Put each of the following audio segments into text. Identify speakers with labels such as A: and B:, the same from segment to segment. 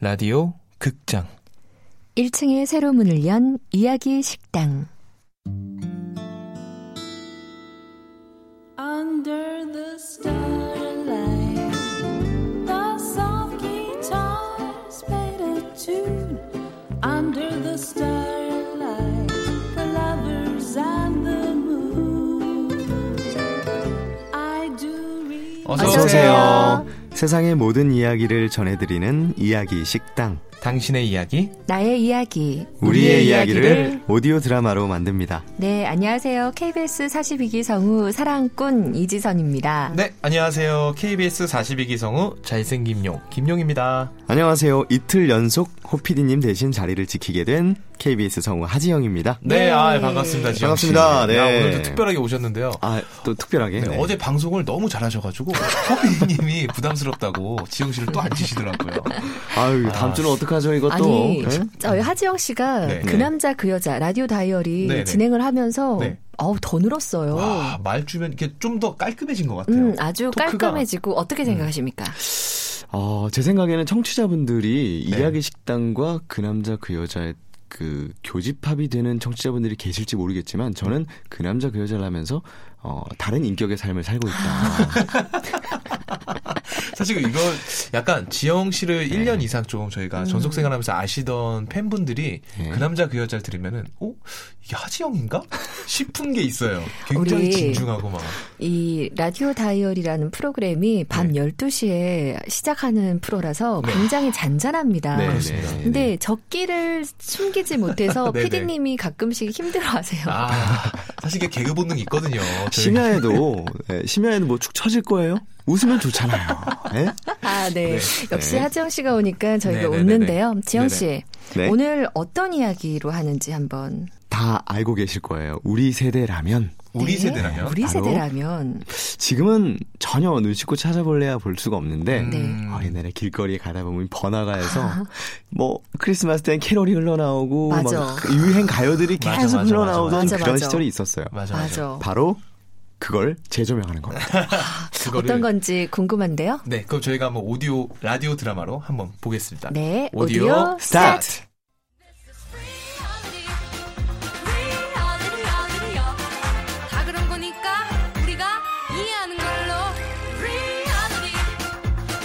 A: 라디오 극장
B: 1층에 새로 문을 연 이야기 식당.
C: Under the starlight, the soft guitars played a tune. Under the starlight, the lovers and the moon. I do read.
A: 어서
B: 어서 오세요.
D: 세상의 모든 이야기를 전해드리는 이야기 식당.
A: 당신의 이야기
B: 나의 이야기.
D: 우리의 이야기를 오디오 드라마로 만듭니다.
B: 네, 안녕하세요. KBS 42기 성우 사랑꾼 이지선입니다.
A: 네 안녕하세요 KBS 42기 성우 잘생김 용 김용입니다
D: 안녕하세요. 이틀 연속 호피디님 대신 자리를 지키게 된 KBS 성우 하지영입니다.
B: 네.
A: 네아 반갑습니다 지영
D: 반갑습니다.
A: 씨.
D: 네.
A: 야, 오늘도 특별하게 오셨는데요
D: 아, 또 특별하게.
A: 네,
D: 네.
A: 어제 방송을 너무 잘하셔가지고 허비님이 부담스럽다고 지영 씨를 또 앉히시더라고요
D: 아유, 다음 주는 어떡하죠, 이것도.
B: 아니,
D: 네?
B: 저희 하지영 씨가
A: 네.
B: 그
D: 네.
B: 남자 그 여자 라디오 다이어리
A: 네, 네.
B: 진행을 하면서
A: 네.
B: 어우 더 늘었어요.
A: 와 아, 말주면 이게 좀 더 깔끔해진 것 같아요
B: 음, 아주
A: 토크가- 음.
B: 깔끔해지고 어떻게 생각하십니까?
D: 어, 제 생각에는 청취자분들이
A: 네.
D: 이야기 식당과 그 남자 그 여자의 그 교집합이 되는 청취자분들이 계실지 모르겠지만 저는 그 남자 그 여자를 하면서 어, 다른 인격의 삶을 살고 있다.
A: 사실 이거 약간 지영 씨를
B: 네.
A: 1년 이상 조금 저희가
B: 음.
A: 전속 생활하면서 아시던 팬분들이
B: 예.
D: 네.
A: 그 남자 그 여자를 들으면은 어 이게 하지영인가 싶은 게 있어요.
B: 우리
A: 굉장히 진중하고 막
B: 이 라디오 다이어리라는 프로그램이 밤 12시에 시작하는 프로라서
A: 네.
B: 굉장히 잔잔합니다.
A: 네, 그렇습니다.
B: 근데 적기를 숨기지 못해서
A: 네네.
B: 피디님이 가끔씩 힘들어하세요.
A: 아 사실 이게 개그 본능이 있거든요. 저희
D: 심야에도 예, 심야에는 뭐 축 처질 거예요? 웃으면 좋잖아요. 예?
B: 아,
A: 네.
B: 네. 역시
D: 네.
B: 하지영 씨가 오니까 저희가
A: 네네네네.
B: 웃는데요. 지영 씨,
D: 네.
B: 오늘 어떤 이야기로 하는지 한번.
D: 다 알고 계실 거예요. 우리 세대라면
A: 우리
B: 네.
A: 세대라면
B: 우리
D: 바로?
B: 세대라면.
D: 지금은 전혀 눈 씻고 찾아볼래야 볼 수가 없는데
A: 음,
B: 네. 아.
D: 어, 옛날에 길거리에 가다 보면 번화가에서 뭐 크리스마스 땐 캐롤이 흘러나오고 막
B: 맞아.
D: 그 유행 가요들이 계속
A: 맞아, 맞아, 맞아,
D: 흘러나오던
B: 맞아.
D: 그런
B: 맞아.
D: 시절이 있었어요.
A: 맞아 맞아.
B: 맞아.
D: 바로 그걸 재조명하는
B: 아,
D: 겁니다.
A: 그거를
B: 어떤 건지 궁금한데요.
A: 네 그럼 저희가 한번 오디오 라디오 드라마로 한번 보겠습니다.
B: 네,
A: 오디오
B: 오디오 스타트!
D: 스타트.
E: reality, reality, reality요. 다 그런 거니까 우리가 이해하는 걸로. Reality,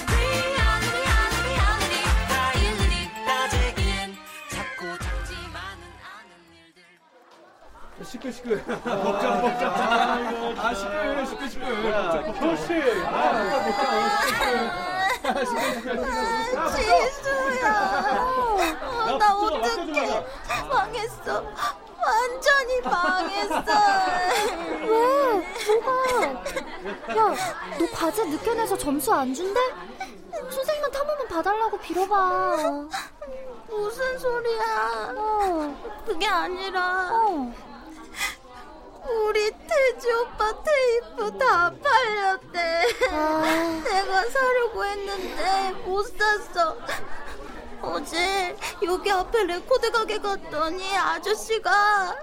E: reality, reality, reality. 다 일일이 따지기엔 작고 작지만은 않은 일들.
F: 지수야. 아, 나 어떡해. 망했어. 완전히 망했어. 왜? 뭐가? 야, 너 과제 늦게 내서 점수 안 준대? 선생님한테 한 번만 봐달라고 빌어봐. 무슨 소리야? 그게 아니라. 우리 태지 오빠 테이프 다 팔렸대. 내가 사려고 했는데 못 샀어. 어제 여기 앞에 레코드 가게 갔더니 아저씨가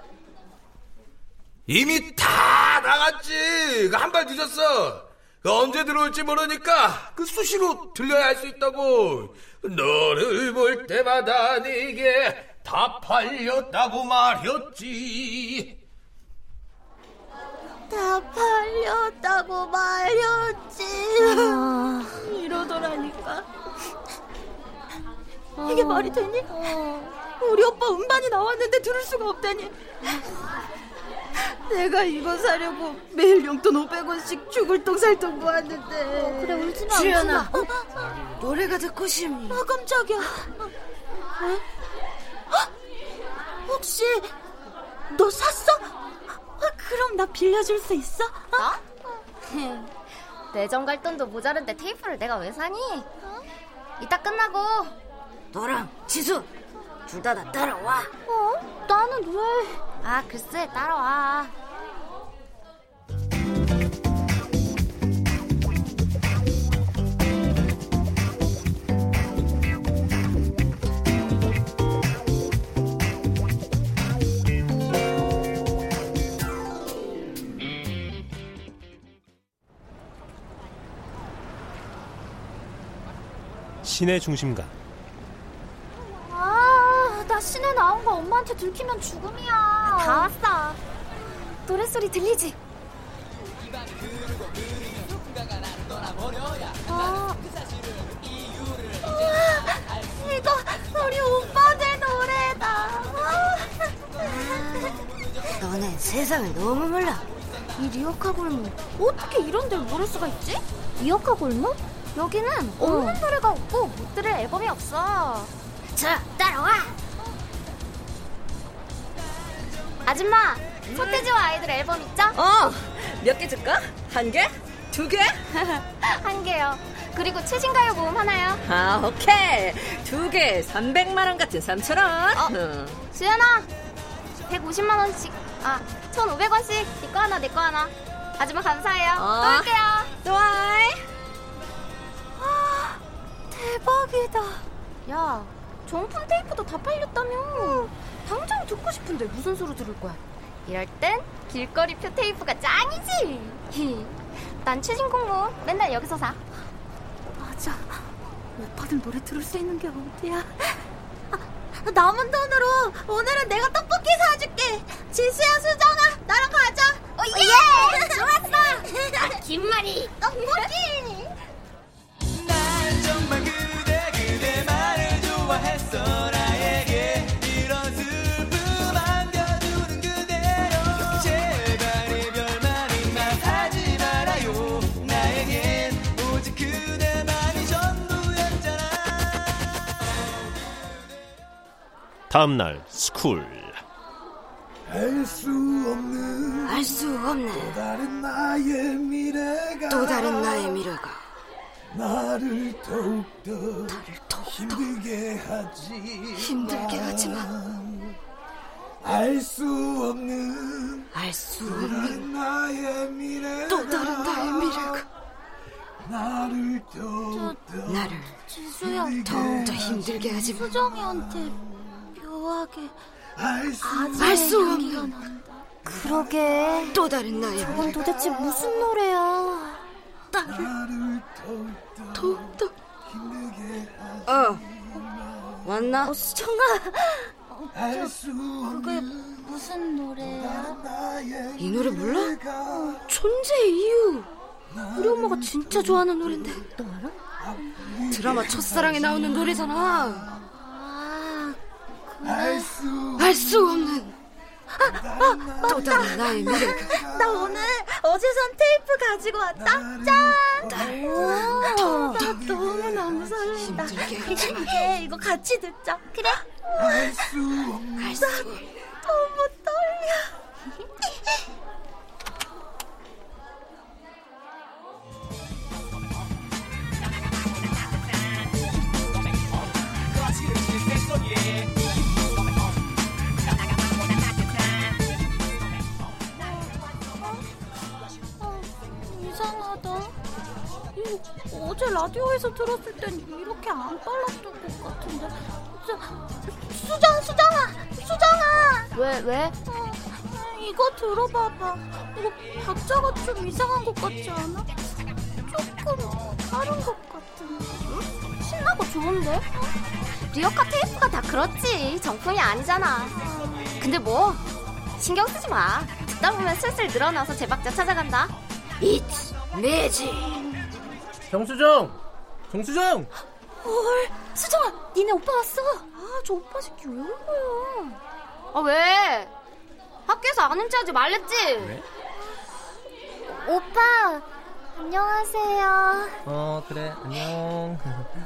G: 이미 다 나갔지. 그 한 발 뒤졌어. 그 언제 들어올지 모르니까 그 수시로 들려야 할 수 있다고. 너를 볼 때마다 네게 다 팔렸다고 말했지.
F: 다 팔렸다고 말렸지. 이러더라니까. 이게 말이 되니? 우리 오빠 음반이 나왔는데 들을 수가 없다니. 내가 이거 사려고 매일 용돈 500원씩 죽을 똥살똥 모았는데. 어, 그래 울지 마. 주연아. 어?
E: 노래가 듣고 싶니?
F: 아 깜짝이야. 응? 어? 혹시 너 샀어? 아, 그럼 나 빌려줄 수 있어?
H: 아,
F: 나?
H: 내정 갈 돈도 모자른데 테이프를 내가 왜 사니? 이따 끝나고
E: 너랑 지수 둘 다 나 따라와.
F: 어? 나는 왜?
H: 아 글쎄 따라와
I: 시내 중심가
F: 아,
H: 엄마한테 들키면 죽음이야. 다 왔어. 노래 소리 들리지? 아. 우와, 이거 우리 오빠들 노래다. 와.
F: 아, 너는 세상을 너무 몰라.
H: 이 리오카 골목 어떻게 이런 데를 모를 수가 있지? 리오카 골목? 여기는
F: 어.
H: 없는 노래가 없고 못 들을 앨범이 없어
F: 자, 따라와.
H: 아줌마 서태지와 아이들 앨범 있죠?
B: 어, 몇 개 줄까? 한 개? 두 개?
H: 한 개요 그리고 최신 가요 모음 하나요
B: 아, 오케이. 두 개, 300만원 같은
F: 어.
B: 3,000원.
H: 수연아 150만원씩 아 1500원씩 네 거 하나 내 거 하나 아줌마 감사해요
B: 어.
H: 또 올게요
B: 또 와.
H: 대박이다 야 정품 테이프도 다 팔렸다며 당장 듣고 싶은데 무슨 소리 들을 거야 이럴 땐 길거리 표 테이프가 짱이지 난 최신 공모 맨날 여기서 사
J: 맞아. 오빠들 노래 들을 수 있는 게 어디야?
H: 아, 남은 돈으로 오늘은 내가 떡볶이 사줄게 지수야 수정아 나랑 가자 예! 좋았어 아, 김말이 떡볶이
I: 다음날 스쿨
K: 알수 없는
F: 알 수 없는
K: 다른 나의 미래가
F: 또 다른 나의 미래가.
K: 나를 더욱더 힘들게 하지
F: 힘들게 하지만
K: 알 수 없는
F: 알 수 없는
K: 나의 미래가
F: 또 다른 나의 미래가.
K: 나를 더욱더
F: 나를
H: 지수야
F: 더욱더 힘들게 하지만
H: 수정이한테 묘하게
K: 알수
F: 알 수 없는
H: 그러게
F: 또 다른 나의 미래가.
H: 도대체 무슨 노래야
K: 나를 더욱더
F: 더욱더
K: 힘들게 하지
F: 어
L: 어,
F: 왔나?
K: 알수 없는
H: 무슨 노래야
K: 나의
F: 이 노래 몰라?
K: 미래가
F: 존재의 이유 우리 엄마가 진짜 좋아하는 노래인데 너 알아? 드라마 첫사랑에 나오는 노래잖아 알 수 없는 아, 아, 또 다른 나의 미래가
H: 나 오늘 어제 산 테이프 가지고 왔다 짠
K: 어,
H: 아, 너무 너무 설렌다
F: 힘들게
H: 그래 이거 같이 듣자 그래
F: 알수 없는
H: 너무 떨려 어, 이상하다 어제 라디오에서 들었을 땐 이렇게 안 빨랐던 것 같은데 수, 수정 수정아 수정아 왜 왜? 이거 들어봐봐 이거 박자가 좀 이상한 것 같지 않아? 조금 다른 것 같은데 신나고 좋은데? 리어카 테이프가 다 그렇지 정품이 아니잖아 근데 뭐 신경 쓰지 마 듣다 보면 슬슬 늘어나서 제박자 찾아간다
F: It's magic
A: 정수정! 정수정!
H: 헐, 수정아, 니네 오빠 왔어. 아, 저 오빠 새끼 왜 온 거야? 아, 왜? 학교에서 아는 체 하지 말랬지? 오빠, 안녕하세요.
A: 어, 그래, 안녕.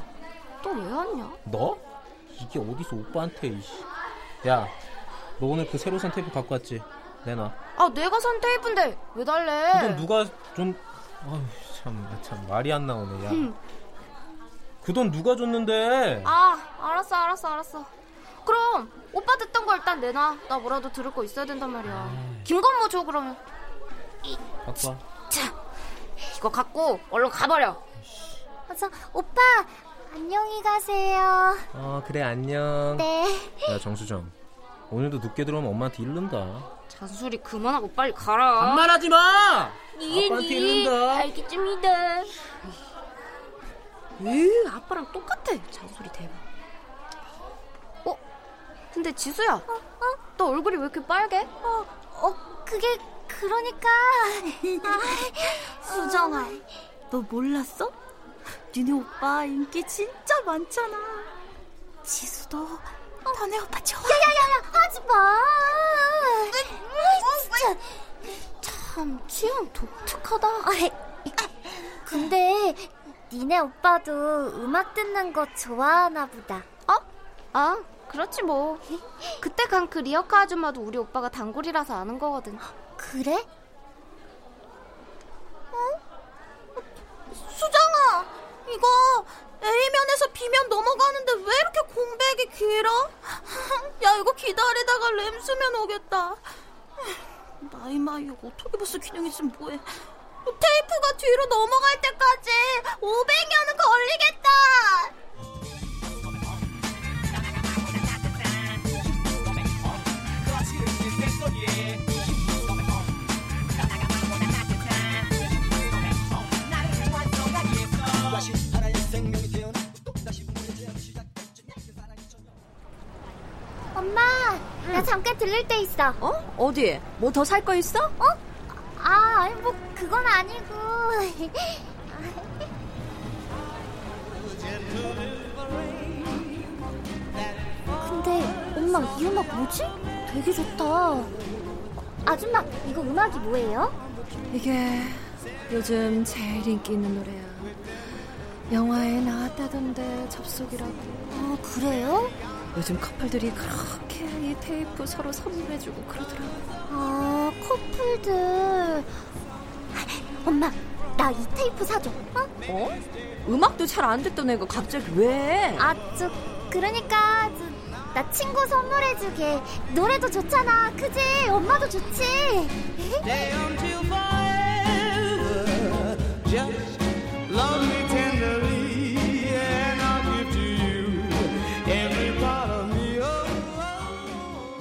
H: 또 왜 왔냐?
A: 너? 이게 어디서 오빠한테, 이씨. 야, 너 오늘 그 새로 산 테이프 갖고 왔지? 내놔.
H: 아, 내가 산 테이프인데 왜 달래?
A: 그건 누가 좀, 아유, 참, 참, 말이 안 나오네, 야. 그 돈 누가 줬는데?
H: 아, 알았어, 알았어, 알았어. 그럼 오빠 듣던 거 일단 내놔. 나 뭐라도 들을 거 있어야 된단
A: 아.
H: 말이야. 김건모 줘 그러면.
A: 갖고 와.
H: 이거 갖고 얼른 가버려. 맞아, 오빠 안녕히 가세요.
A: 어, 그래, 안녕.
H: 네.
A: 야, 정수정. 오늘도 늦게 들어오면 엄마한테 이른다.
H: 잔소리 그만하고 빨리 가라.
A: 반말하지 마!
H: 예,
A: 아빠한테
H: 예.
A: 이른다.
H: 알겠습니다. 으, 아빠랑 똑같아. 잔소리 대박. 어? 근데 지수야, 너 얼굴이 왜 이렇게 빨개?
F: 어, 어, 그게 그러니까. 아, 수정아,
M: 너 몰랐어? 니네 오빠 인기 진짜 많잖아. 지수도 너네 오빠 좋아.
F: 야야야야, 하지 마. 으이, 진짜 참 취향 독특하다. 근데 니네 오빠도 음악 듣는 거 좋아하나 보다.
H: 어? 아, 그렇지 뭐. 그때 간 그 리어카 아줌마도 우리 오빠가 단골이라서 아는 거거든.
F: 그래? 어? 수정아, 이거 A면에서 B면 넘어가는데 왜 이렇게 공백이 길어?
M: 야 이거 기다리다가 램수면 오겠다. 마이 마이 어떻게 벌써 기능 있으면 뭐해?
F: 테이프가 뒤로 넘어갈 때까지 500년은 걸리겠다. 엄마, 나 잠깐 들릴 데 있어.
L: 어? 어디? 뭐 더 살 거 있어?
F: 어? 아, 아니, 뭐 그건 아니고. 근데 엄마 이 음악 뭐지? 되게 좋다. 아줌마, 이거 음악이 뭐예요?
N: 이게 요즘 제일 인기 있는 노래야. 영화에 나왔다던데 접속이라고.
F: 어, 그래요?
N: 요즘 커플들이 그렇게 이 테이프 서로 선물해주고 그러더라고.
F: 아, 커플들. 엄마, 나 이 테이프 사줘. 어?
L: 어? 음악도 잘 안 듣던 애가 갑자기 왜?
F: 아, 저, 그러니까 저, 나 친구 선물해주게. 노래도 좋잖아, 그지? 엄마도 좋지.
C: Just love me tenderly, and I'll give to you every part of me. Oh.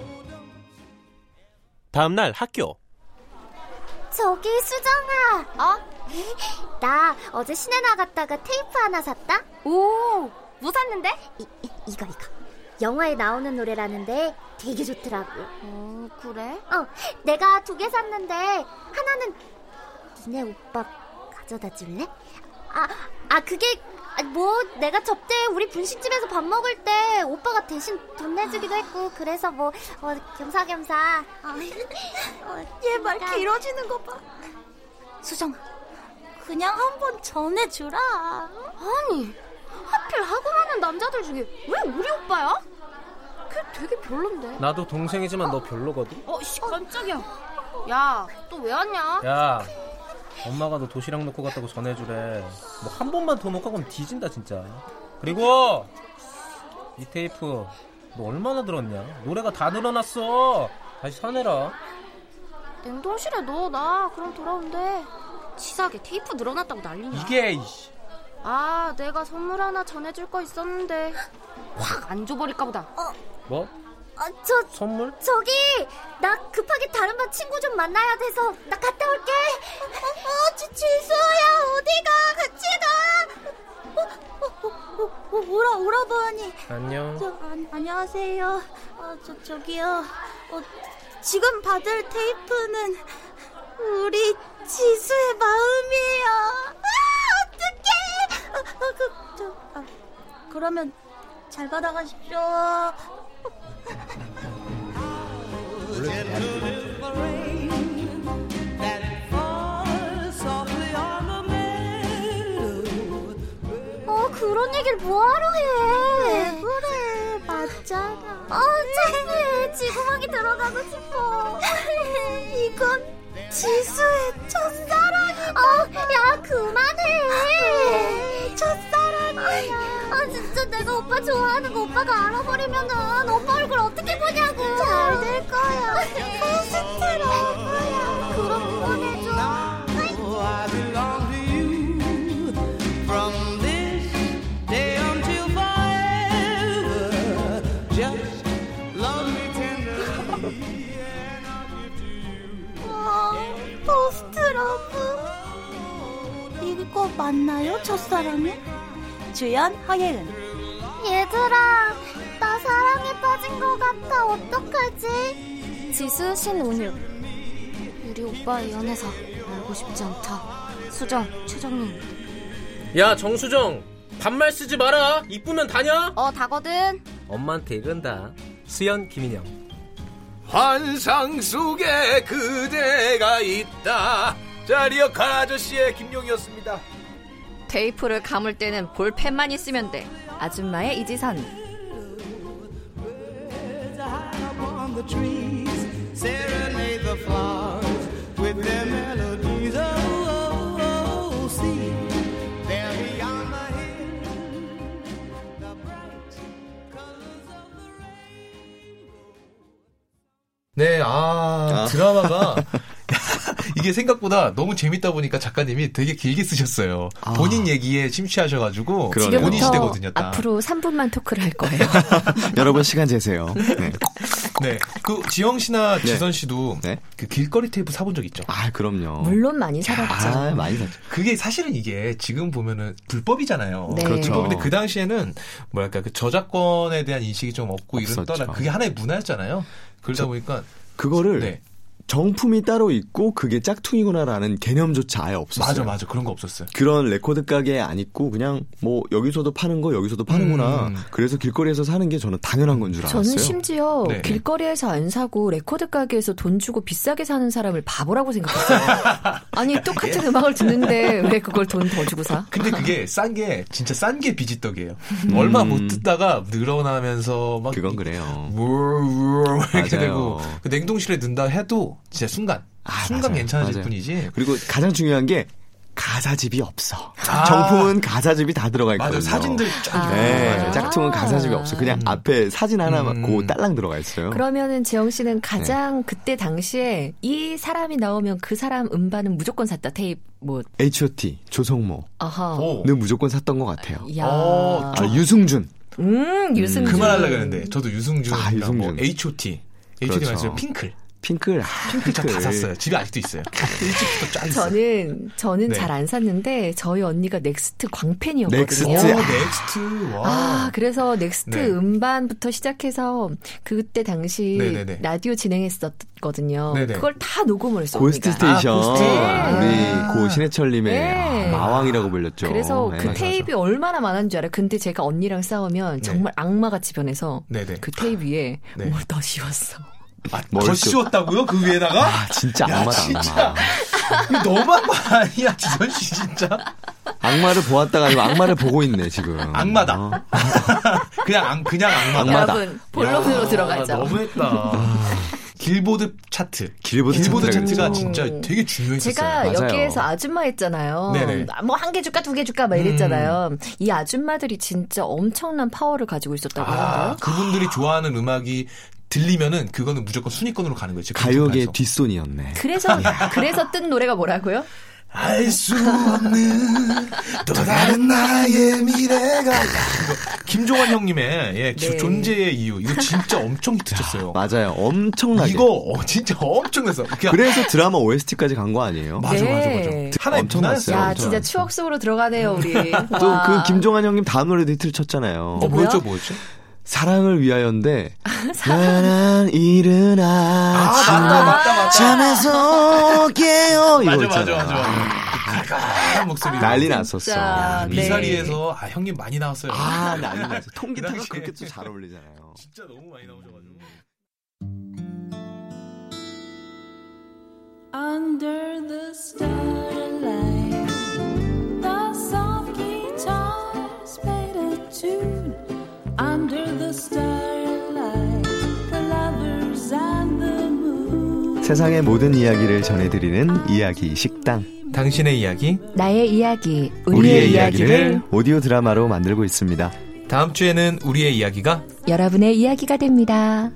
I: 다음날 학교.
F: 저기 수정아. 어? 나 어제 시내 나갔다가 테이프 하나 샀다. 오, 뭐 샀는데? 이, 이, 거 이거. 영화에 나오는 노래라는데 되게 좋더라고. 어, 그래? 어, 내가 두 개 샀는데 하나는 니네 오빠 가져다 줄래? 아, 아 그게 아, 뭐 내가 접대 우리 분식집에서 밥 먹을 때 오빠가 대신 돈 내주기도 했고 그래서 뭐 어, 겸사겸사.
M: 얘 말 길어지는 거 봐.
F: 수정아, 그냥 한 번 전해주라.
H: 아니, 하필 하고 많은 남자들 중에 왜 우리 오빠야? 걔 되게 별론데.
O: 나도 동생이지만 너 별로거든.
H: 어, 씨, 깜짝이야. 어. 야, 또 왜 왔냐?
O: 야, 엄마가 너 도시락 놓고 갔다고 전해주래. 뭐 한 번만 더 놓고 가면 뒤진다 진짜. 그리고 이 테이프 너 얼마나 들었냐? 노래가 다 늘어났어. 다시 사내라.
H: 냉동실에 넣어놔. 그럼 돌아온대. 치사하게 테이프 늘어났다고 난리냐.
O: 이게 이씨.
H: 아, 내가 선물 하나 전해줄 거 있었는데 확 안 줘버릴까 보다.
O: 뭐?
F: 아, 저
O: 선물?
F: 저기 나 급하게 다른 반 친구 좀 만나야 돼서 나 갔다 올게. 어, 지, 지수야 어디가? 같이 가. 어, 어, 어, 어, 어, 오라 오라버니.
O: 안녕.
M: 저, 안, 안녕하세요. 어, 저 저기요. 어, 지금 받을 테이프는 우리 지수의 마음이에요. 아, 어떡해. 어, 어, 그, 저, 아, 그러면 잘 받아가십시오.
C: Falls softly on the meadow.
F: 어 그런 얘기를 뭐하러 해? 왜 그래 맞잖아. 어 창피해 지구멍이 들어가고 싶어. 이건 지수의 첫사랑이다. 어야 그만해. 첫사랑이야. 아 진짜 내가 오빠 좋아하는 거 오빠가 알아버리면은 오빠 얼굴 어떻게 보냐고. 잘 될 거야. 포스트로 거야. 그럼 보내줘.
C: Oh, I belong to you. From this day until forever, just love me tenderly.
M: 아, 포스트러브 이거 맞나요 첫사랑은? 주연 허예은
F: 얘들아, 나 사랑에 빠진 빠진 것 같아 어떡하지? 지수 신온유 우리 오빠의 연애사 알고 싶지 않다 수정 최정민
O: 야 정수정 반말 쓰지 마라 이쁘면 다냐
F: 어 다거든
O: 엄마한테 이른다 수연 김인영
G: 환상 속에 그대가 있다. 자, 리어카 아저씨의 김용이었습니다.
B: 테이프를 감을 때는 볼펜만 있으면 돼. 아줌마의 이지선.
C: upon the trees, serenade the flowers with their melodies. Oh, oh, oh, see, they're beyond my head. The bright colors of
A: 네, 아,
D: 아.
A: 드라마가 이게 생각보다 너무 재밌다 보니까 작가님이 되게 길게 쓰셨어요. 본인 얘기에 침취하셔가지고
D: 아. 그러네요.
A: 본인
D: 지금부터
A: 시대거든요. 딱.
B: 앞으로 3분만 토크를 할 거예요.
D: 여러분 시간 재세요. 네.
A: 네, 그 지영 씨나
D: 네.
A: 지선 씨도 그 길거리 테이프 사본 적 있죠?
D: 아,
A: 어.
D: 그럼요.
B: 물론 그렇죠. 많이 살았죠.
D: 아, 많이 샀죠.
A: 그게 사실은 이게 지금 보면은 불법이잖아요.
B: 네. 그렇죠.
A: 불법인데 그 당시에는 뭐랄까 그 저작권에 대한 인식이 좀 없고 이랬더라.
D: 없었죠.
A: 그게 하나의 문화였잖아요. 그러다 보니까
D: 그거를
A: 네.
D: 정품이 따로 있고 그게 짝퉁이구나라는 개념조차 아예 없었어요.
A: 맞아 맞아 그런 거 없었어요.
D: 그런 레코드 가게에 안 있고 그냥 뭐 여기서도 파는 거 여기서도 파는구나.
A: 음.
D: 그래서 길거리에서 사는 게 저는 당연한 건 줄 알았어요.
B: 저는 심지어
D: 네.
B: 길거리에서 안 사고 레코드 가게에서 돈 주고 비싸게 사는 사람을 바보라고 생각했어요. 아니
A: 예.
B: 똑같은 음악을 듣는데 왜 그걸 돈 더 주고 사?
A: 근데 그게 싼 게 진짜 싼 게 비지떡이에요. 얼마 못 듣다가 늘어나면서 막 그건
D: 음. 그래요.
A: 이렇게
D: 맞아요.
A: 되고 그 냉동실에 넣는다 해도 진짜 순간 순간 괜찮아질
D: 맞아요.
A: 뿐이지.
D: 그리고 가장 중요한 게 가사집이 없어. 정품은 가사집이 다 들어가 있거든요.
A: 아. 맞아요. 사진들 쫙
D: 네,
A: 있어요. 맞아요. 음.
D: 짝퉁은 가사집이 없어. 그냥 앞에 사진 하나만 고 딸랑 들어가 있어요.
B: 그러면은 지영 씨는 가장
A: 네.
B: 그때 당시에 이 사람이 나오면 그 사람 음반은 무조건 샀다 테이프 뭐
D: H.O.T. 조성모.
B: 아하.
A: 어.
D: 는 무조건 샀던 것 같아요.
B: 야. 어,
D: 아, 유승준.
B: 음 유승준.
A: 그말 하려고 했는데 저도 유승준,
D: 아, 유승준.
A: 뭐 H.O.T. H.O.T.
D: 그렇죠.
A: 말씀 핑클
D: 핑클.
A: 핑클 쫙다 샀어요. 집에 아직도 있어요.
B: 저는 저는
A: 네.
B: 잘 안 샀는데 저희 언니가 넥스트 광팬이었거든요.
A: 넥스트, 아, 넥스트, 와.
B: 아, 그래서 넥스트
A: 네.
B: 음반부터 시작해서 그때 당시
A: 네네네.
B: 라디오 진행했었거든요.
D: 네네.
B: 그걸 다 녹음을 했어요.
D: 아, 고스트
B: 우리가.
D: 스테이션. 우리 고 신해철님의
B: 네.
D: 아, 마왕이라고 불렸죠.
B: 그래서
D: 네,
B: 그
D: 맞아요.
B: 테이프 얼마나 많은 줄 알아요. 근데 제가 언니랑 싸우면 정말 악마같이 변해서
A: 네. 네네. 네.
B: 그 테이프 위에 뭘 더 씌웠어.
A: 아,
D: 뭘
A: 더
D: 씌워-
A: 씌웠다고요? 그 위에다가?
D: 아, 진짜
A: 야,
D: 악마다,
A: 진짜. 이거 너무한 거 아니야, 지선 씨 진짜.
D: 악마를 보았다가 아니고 악마를 보고 있네 지금. 어? 악마다.
A: 그냥 악, 그냥 악마다.
B: 여러분, 본론으로 들어가자. 그
A: 길보드 차트.
D: 길보드, 차트라고
A: 차트가
D: 그랬죠.
A: 진짜 되게 중요했었어요.
B: 제가 여기에서 아줌마 했잖아요.
A: 네네. 음.
B: 뭐 한 개 줄까 두 개 줄까 막 이랬잖아요. 이 아줌마들이 진짜 엄청난 파워를 가지고 있었다고
A: 아,
B: 하는데요.
A: 그분들이 좋아하는 음악이 들리면은 그거는 무조건 순위권으로 가는 거죠.
D: 가요계 뒷손이었네.
B: 그래서 그래서 뜬 노래가 뭐라고요?
A: 알 수 없는 또 다른 나의 미래가 김종환 형님의 예, 기-
B: 네.
A: 존재의 이유 이거 진짜 엄청 히트쳤어요.
D: 맞아요. 엄청나게.
A: 이거 어, 진짜 엄청났어. 그냥
D: 그래서 드라마 OST까지 간 거 아니에요?
A: 하나의
D: 엄청났어요.
B: 네. 야, 진짜 추억 속으로 들어가네요, 우리. 와.
D: 또그 김종환 형님 다음 노래도 히트를 쳤잖아요.
B: 어, 뭐였죠,
A: 뭐였죠?
D: 사랑을 위하여인데 나란 이른 아침
A: 맞다, 맞다, 맞다.
D: 잠에서 깨요 이거
A: 맞아, 맞아,
D: 있잖아.
A: 맞아, 맞아. 아, 목소리
D: 난리 났었어.
A: 진짜,
D: 네.
A: 미사리에서 아 그러니까. 형님 많이 나왔어요.
D: 아, 난리 났어. 통기타가
A: 그렇게
D: 또 잘 어울리잖아요.
A: 진짜 너무 많이 나오셔가지고.
P: Under the starlight, the soft guitars played a tune. Under the starlight, the lovers and the
D: 세상의 모든 이야기를 전해드리는 이야기 식당.
A: 당신의 이야기,
B: 나의 이야기,
D: 우리의 이야기를 오디오 드라마로 만들고 있습니다.
A: 다음 주에는 우리의 이야기가
B: 여러분의 이야기가 됩니다.